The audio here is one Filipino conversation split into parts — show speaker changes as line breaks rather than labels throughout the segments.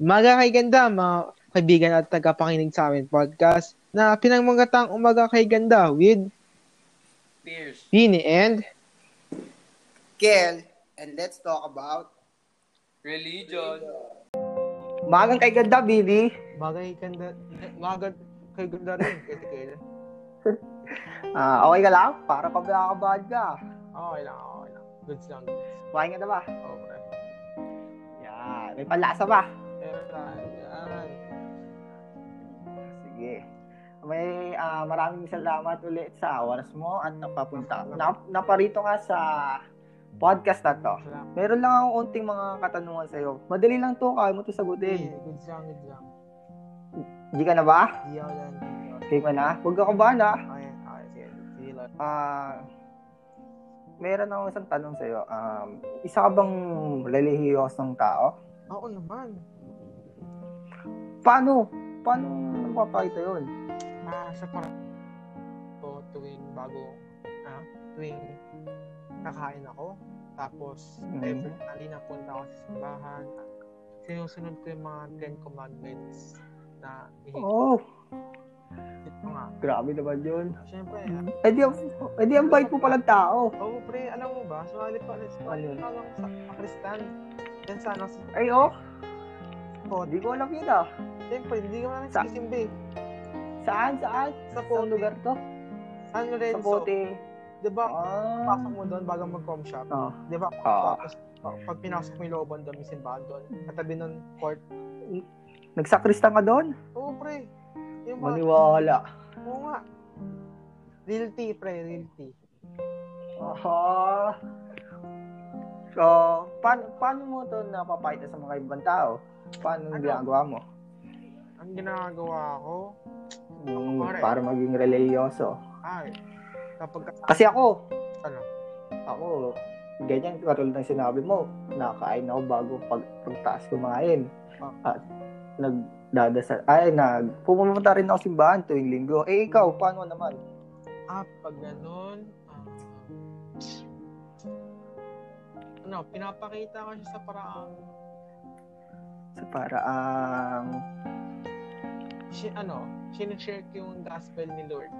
Umaga kay Ganda, mga kaibigan at tagapakinig sa amin podcast na pinangmagatang Umaga kay Ganda with
Pierce.
Vini and
Kel, and let's talk about
Religion.
Magang kay ganda, Billy.
Umaga kay Ganda, eh, Umaga kay Ganda rin, kay Tequila.
Ah, okay ka lang? Para pa ba ka?
Okay lang, okay lang. Goods lang.
Kuhain ka na ba?
Okay.
Yan. May panlasa ba?
Pero ah, yan.
Sige. May ah, maraming salamat ulit sa oras mo at napapunta. Nap- naparito nga sa podcast na to.
Salamat.
Meron lang akong unting mga katanungan sa'yo. Madali lang to, kaya mo to sagutin.
Din. Goods lang, goods lang.
Hindi ka na ba?
Di ako lang. di ako-
Okay ka na? Huwag ka ba na?
Okay, okay, sige. Sige lang.
Ah, meron akong isang tanong sa'yo. Um, isa ka bang relihiyosong tao?
Ako naman.
Paano? Paano napapakita yun?
Ah, sa para ko tuwing bago ah, tuwing nakain ako tapos
Mhm.
every mm napunta ako sa simbahan sinusunod ko yung mga Ten Commandments na ihigit
Oh,
ko nga
grabe naman yun.
syempre ah,
Eh di, eh di ang bait mo palang tao.
oo oh, pre alam mo ba sumali pa sumali
Ano?
pa lang sa pakristan yan sana sa ano,
Ay, oh.
pot
Hindi ko alam yun ah.
syempre hindi ka na
Sa-
nagsisimbi
Saan, saan?
sa
Saan
Pote
lugar to?
San
Sa
Lorenzo
bote.
diba
Ah.
pasok mo doon bago mag-com shop
Oh.
Di ba?
Ah.
Tapos, pag pag pinasok mo yung looban doon, may simbahan doon. Katabi nun, court.
Nagsakrista ka doon?
Oo, pre. Yung mga,
Maniwala.
oo nga. Real tea, pre. Real tea.
Aha. So, paano, paano mo to napapakita sa mga ibang tao? Paano
Ano?
ginagawa mo?
Ang ginagawa ko,
Mm,
Pare.
para maging religyoso.
ay, kapag,
Kasi ako,
ano,
ako, ganyan katulad ng sinabi mo, nakakain ako bago pag pagtaas kumain. At nagdadasal, ay, nag, pumunta rin ako simbahan tuwing linggo. Eh, ikaw, paano naman?
ah, pag ganun, ah, ano, pinapakita ko siya sa paraang,
Sa paraang,
si, ano, sinishare ko yung gospel ni Lord.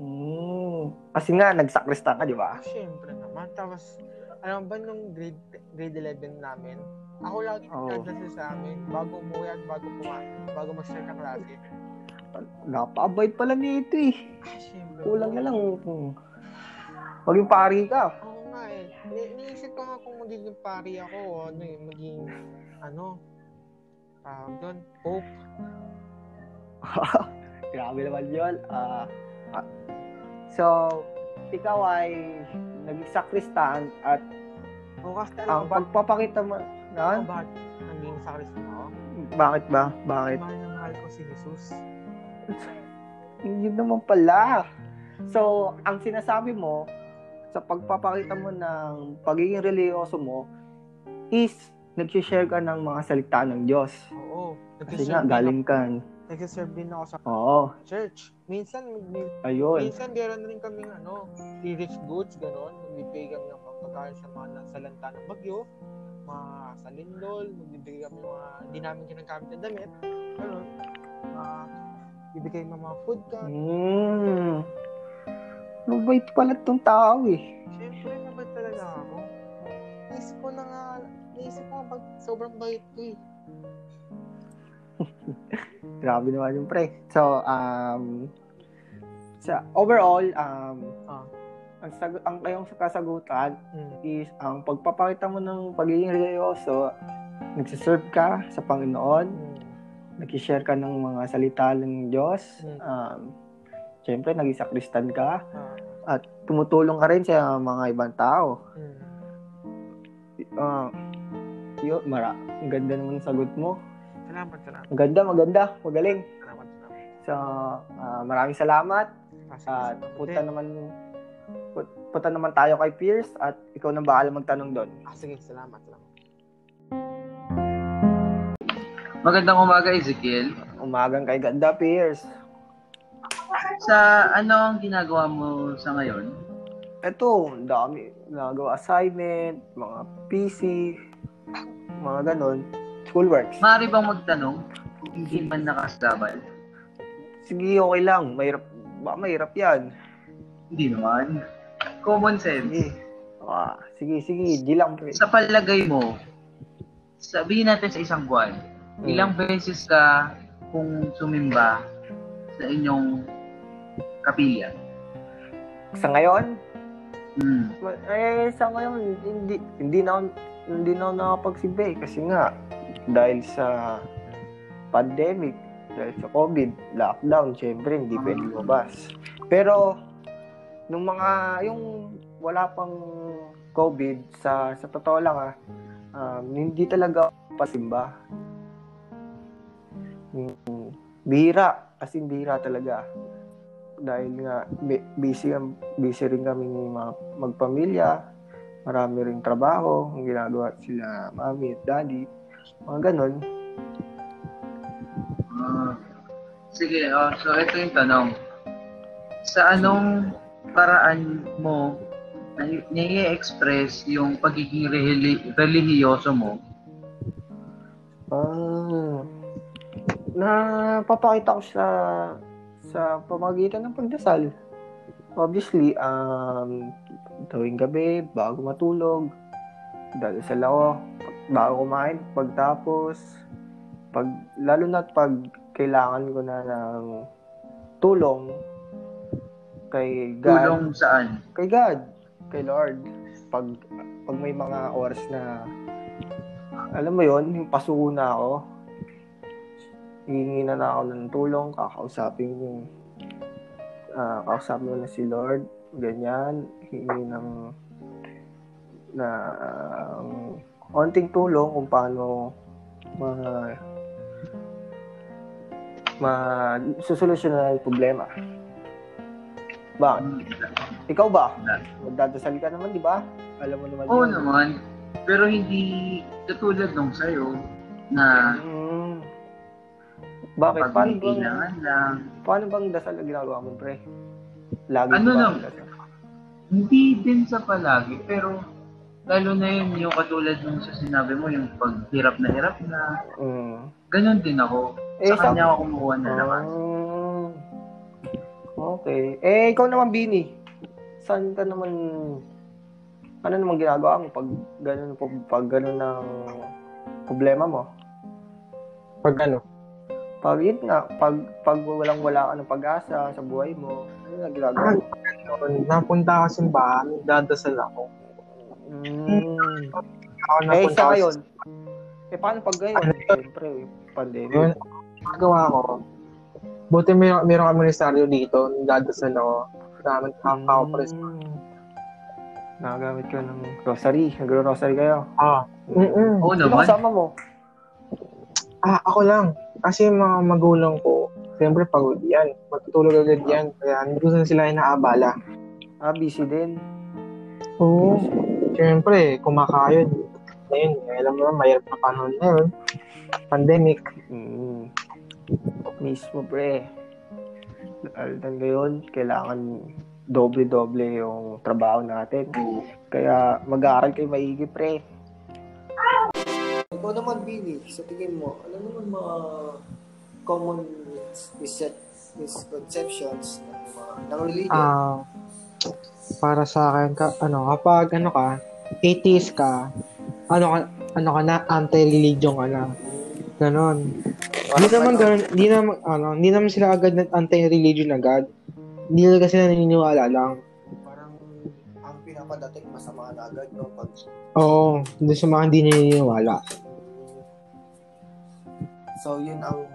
mm, kasi nga, nagsakrista ka, di ba?
Ah, syempre naman. Tapos, alam ba nung grade, grade 11 namin, ako lagi oh.
Oo.
nagdasal sa amin bago umuwi at bago kumain, bago mag-start ang klase.
Napabait pala nito eh.
Ah, syempre.
Kulang na lang. mm. Maging pari ka.
Oo nga eh. Ni- Iniisip ko nga kung magiging pari ako, o ano eh, maging, ano, tawag doon, pope.
Grabe naman yun. Ah, ah. so, ikaw ay nagsakrista at
O kasi alam
ang
mo ba,
pagpapakita mo
alam
na
mo bakit nandun sa Kristo na ako?
bakit ba? Bakit?
Mahal na mahal ko si Jesus.
Yun naman pala. So, ang sinasabi mo sa pagpapakita mo ng pagiging religyoso mo is nag-share ka ng mga salita ng Diyos.
Oo.
Kasi nga, galing ka.
Nagsiserve din ako sa
Oo,
church. Minsan, may,
ayun.
Minsan meron rin kami ano, relief goods, gano'n. Nagbibigay kami ng pagkakaan sa mga nagsalanta ng bagyo, mga sa lindol, nagbibigay kami ng mga hindi namin ginagamit na damit, gano'n. Mga bibigay ng mga food ka.
Mm. Mabait pala tong tao eh.
Siyempre, mabait talaga ako. Naisip ko na nga, naisip ko pag sobrang bait ko eh.
Grabe naman yung pre. So, um, sa overall, um,
Ah.
ang, sag- ang kayong kasagutan
Mm.
is ang pagpapakita mo ng pagiging religyoso, nagsiserve ka sa Panginoon,
Hmm.
nag-share ka ng mga salita ng Diyos,
Mm.
um, siyempre, nag-isakristan ka,
Ah.
at tumutulong ka rin sa mga ibang tao.
Mm.
Uh, yun, mara, ang ganda naman ng sagot mo.
Salamat, salamat,
Ang ganda, maganda, magaling.
salamat, salamat.
So, ah, maraming salamat.
Kasi,
At punta naman, put- punta naman tayo kay Pierce at ikaw na bahala magtanong doon.
Ah, sige, salamat, salamat.
Magandang umaga, Ezekiel.
Umagang kay Ganda, Pierce.
Sa ano ang ginagawa mo sa ngayon?
Eto, ang dami. Nagawa assignment, mga PC, mga ganun. schoolworks.
Maaari bang magtanong kung hindi man nakasabay?
Sige, okay lang. Mahirap, ba mahirap yan.
Hindi naman. Common sense.
Sige. Ah, sige, sige. Di lang. pre.
Sa palagay mo, sabihin natin sa isang buwan,
Hmm.
ilang beses ka kung sumimba sa inyong kapilya?
Sa ngayon,
Hmm.
eh, sa ngayon, hindi, hindi na, ako- hindi na ako nakapagsimba eh. Kasi nga, dahil sa pandemic, dahil sa COVID, lockdown, syempre, hindi pwede lumabas. Pero, nung mga, yung wala pang COVID, sa, sa totoo lang ah, um, hindi talaga ako pasimba. Mm, Bihira, as in bihira talaga. Dahil nga, bi- busy, ang- busy rin kami mga magpamilya. Marami rin trabaho, ang ginagawa sila mami at daddy. Mga ganun.
Ah. Sige, oh, so ito yung tanong. Sa anong paraan mo nai-express yung pagiging rehili- relihiyoso mo?
Ah, napapakita ko sa sa pamagitan ng pagdasal. Obviously, um, tuwing gabi, bago matulog, dadasal ako, bago kumain, pagtapos, pag, lalo na pag kailangan ko na ng tulong kay God
Tulong saan?
kay God, kay Lord. Pag, pag may mga oras na, alam mo yon yung pasuko na ako, hihingi na, na ako ng tulong, kakausapin ko, ah, kakausapin ko na si Lord, ganyan, hihingi ng, na, um, konting tulong kung paano ma, ma, susolusyonan yung problema. Bakit? Ikaw ba? Magdadasal ka naman, di ba? Alam mo naman
Oo
yun.
naman. Pero hindi katulad nung sa'yo na
Mm. Bakit?
pag
Paano
may
bang,
kailangan lang,
paano bang dasal ang ginagawa mo, pre? Lagi
Ano
ba
lang?
ang dasal?
hindi din sa palagi, pero lalo na yun yung katulad nung sa sinabi mo, yung paghirap na hirap na,
Mm.
ganun din ako.
Eh,
Sa
sa-
kanya ako kumuha na naman.
Mm. Okay. Eh, ikaw naman, Bini. Saan ka naman... Ano naman ginagawa mo pag ganun, pag, pag ganun ang problema mo?
Pag ano?
Pag yun nga, pag, pag walang wala ka ng pag-asa sa buhay mo, ano na ginagawa mo?
Noon, napunta ako sa simbahan, nagdadasal ako.
Mm.
Ako
Eh,
napunta
sa
ako
ngayon. Eh, paano pag ngayon?
Ano yun?
Siyempre, yung pandemic.
Yun, nagawa ko. Buti may meron kami resaryo dito, nagdadasal ako. Naman ako pa rin.
Mm. Nakagamit ka ng rosary. Nagro-rosary kayo.
Ah. Mm-mm.
Oo
Sino
Ano naman.
kasama mo?
Ah, ako lang. Kasi yung mga magulang ko, siyempre pagod yan. Matutulog agad yan. Kaya hindi ko na sila inaabala.
Ah, busy din.
Oo. Siyempre, kumakayod. Ngayon, eh, alam mo naman, mahirap na panahon na yun. Pandemic.
Mm. Mismo, pre. Alitan ngayon, kailangan doble-doble yung trabaho natin.
Oo.
Kaya mag-aaral kayo maigi, pre.
Ikaw naman, Bini, sa tingin mo, ano naman mga common mis- mis- misconceptions ng, mga, ng religion?
Ah, para sa akin ka ano kapag ano ka atheist ka ano ka ano ka na anti-religion ka na ganon hindi ano naman ganon hindi naman ano hindi naman sila agad na anti-religion agad hindi talaga sila naniniwala lang
Parang ang pinapadating masama na agad, no? Pag
oo doon sa mga hindi naniniwala
So, yun ang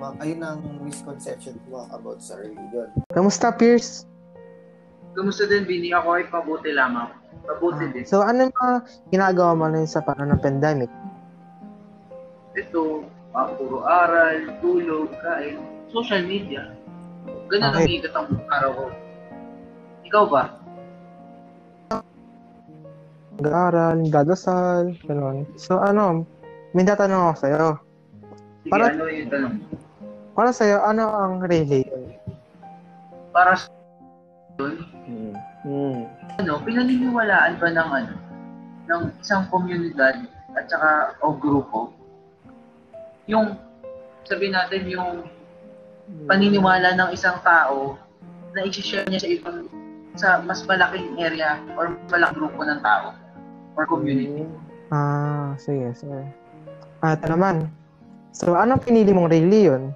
ma- ayun ang misconception ko about sa religion.
kamusta Pierce
Kumusta din, Bini? Ako ay pabuti lamang. Pabuti din.
so ano yung mga ginagawa mo ngayon sa panahon ng pandemic
Ito, ah, puro aral, tulog, kain, social media. Ganun ang
Okay.
ikat ang araw ko. Ikaw ba?
nag-aaral nagdadasal ganon so ano may tatanong ako sa'yo
Sige,
Para-
ano yung tanong?
para sa'yo ano ang religion
Para sa
Mm. Mm.
ano, pinaniniwalaan ba ng ano, ng isang komunidad at at saka o grupo, yung sabi natin yung paniniwala ng isang tao na i-share niya sa ibang sa mas malaking area or mas malaking grupo ng tao or community.
Ah, sige, sige. Ah, ito naman. So, anong pinili mong religion?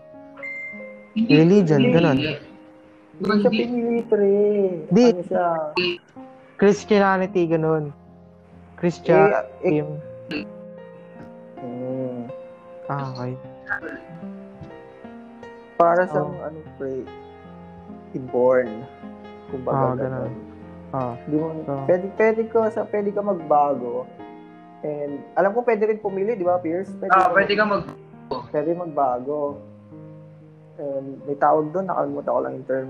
Hindi,
Religion,
hindi,
ganun.
Hindi siya
Hindi.
pinili, pre.
Di.
Ano siya?
Christianity, ganun. Christian.
Eh, eh,
Ah, okay.
para sa
Oh.
ano, pre, inborn. Kumbaga,
Ah, ganun. Ah,
Di mo,
Oh.
pwede, pwede ko, sa, pwede ka magbago. And, alam ko pwede rin pumili, di ba, Pierce? Pwede,
Ah,
ka-
pwede kang mag
pwede magbago. And, may tawag doon, nakalimutan ko lang yung term.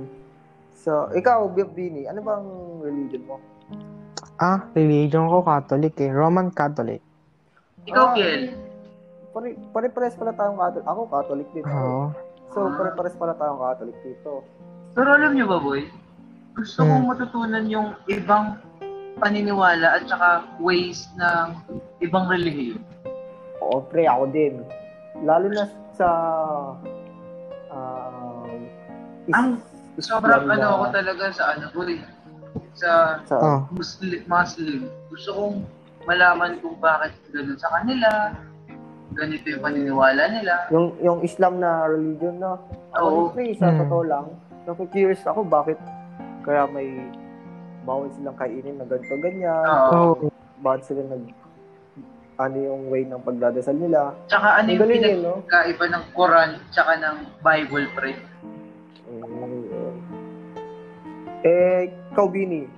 So, ikaw, Bini, ano bang religion mo?
ah religion ko Catholic eh. Roman Catholic.
Ah,
ikaw Kiel.
Pare, pare-pares pala tayong Catholic. Ako, Catholic din. ako.
Oo.
So, pare-pares pala tayong Catholic dito.
Pero alam niyo ba, boy? Gusto
Hmm.
kong matutunan yung ibang paniniwala at saka ways ng ibang relihiyon.
Oo, pre, ako din. Lalo na sa... Um, is-
Ang sobrang
Islam
ano
na-
ako talaga sa ano, boy. Sa
Sa,
Oh.
Muslim, Muslim. Gusto kong malaman kung bakit ganun sa kanila. Ganito yung paniniwala nila.
Yung, yung Islam na religion, no? Ako,
Oo.
pre, sa
Hmm.
totoo lang, naku-curious ako bakit kaya may bawal silang kainin na ganito, ganyan.
Oo.
Oo.
Bakit sila nag... Ano yung way ng pagdadasal nila.
Tsaka ano
Ang
yung
galing yun, no?
pinagkaiba ng Quran tsaka ng Bible, pre.
Mm. Eh, ikaw, Bini,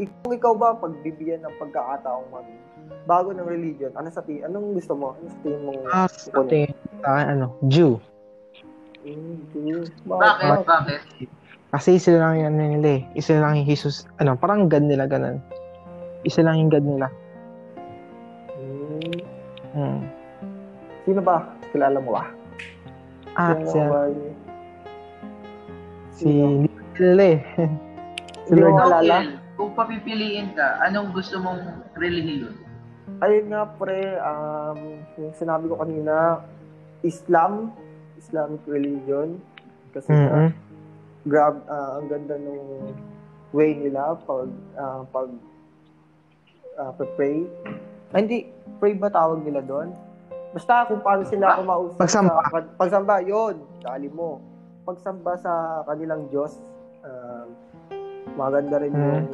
ik- kung ikaw ba pagbibigyan ng pagkakataong mag bago ng religion, ano sa tingin, anong gusto mo? Ano sa tingin mong
Ah, sa tingin sa akin, ano, Jew.
Mm, tingin-
Bakit? Bakit?
Kasi isa lang yung ano nila eh. Isa lang yung Jesus, ano, parang God nila, ganun. Isa lang yung God nila.
Mm,
Mm.
sino ba? Kilala mo ba?
Ah,
Kilala mo
siya,
ba yun?
si, hindi ko kilala eh. si
Hindi
Lord.
ko
Ikaw,
Malala.
Kiel, kung papipiliin ka, anong gusto mong relihiyon?
Ayun nga, pre, um, yung sinabi ko kanina, Islam, Islamic religion, kasi
Mm-mm.
nga, grab ah, ang ganda nung way nila pag ah, pag ah, pag-pray. Ah, hindi pray ba tawag nila doon? Basta kung paano sila
Ah,
kumausap
pagsamba.
sa pag- pagsamba yon, dali mo. Pagsamba sa kanilang Diyos. ah, maganda rin
Mm.
yung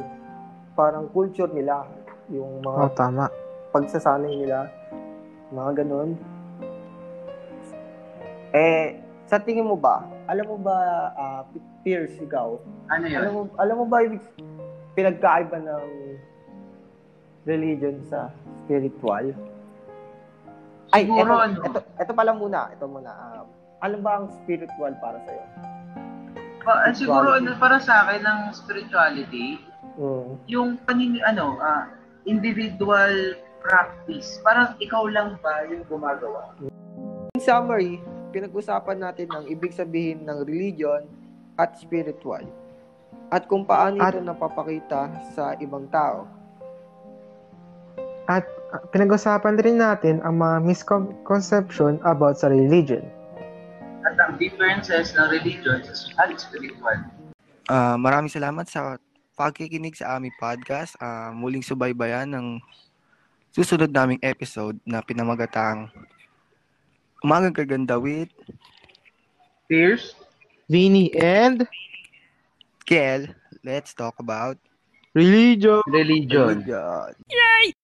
parang culture nila, yung mga
Oo, Oh, tama.
pagsasanay nila, mga ganun. Eh, sa tingin mo ba, alam mo ba, ah, P- Pierce, ikaw,
Ano yun?
alam mo, alam mo ba yung pinagkaiba ng religion sa spiritual? Ay, eto,
Siguro, ano?
eto, eto pala muna, eto muna. ah, ano ba ang spiritual para sa'yo?
Pa- ah, siguro
Spirituality.
ano, para sa akin ng spirituality,
Mm.
yung panin ano, ah, individual practice. Parang ikaw lang ba yung gumagawa?
In summary, pinag-usapan natin ang ibig sabihin ng religion at spiritual at kung paano
At-
ito napapakita sa ibang tao.
Ah, Pinag-usapan rin natin ang mga misconception about sa religion.
at ang differences ng religion sa spiritual.
Ah, maraming salamat sa pagkikinig sa aming podcast. Ah, muling subaybayan ng susunod naming episode na pinamagatang Umagang Kaganda with
Fierce?
Vini and
Kel. Let's talk about
religion.
Religion.
religion.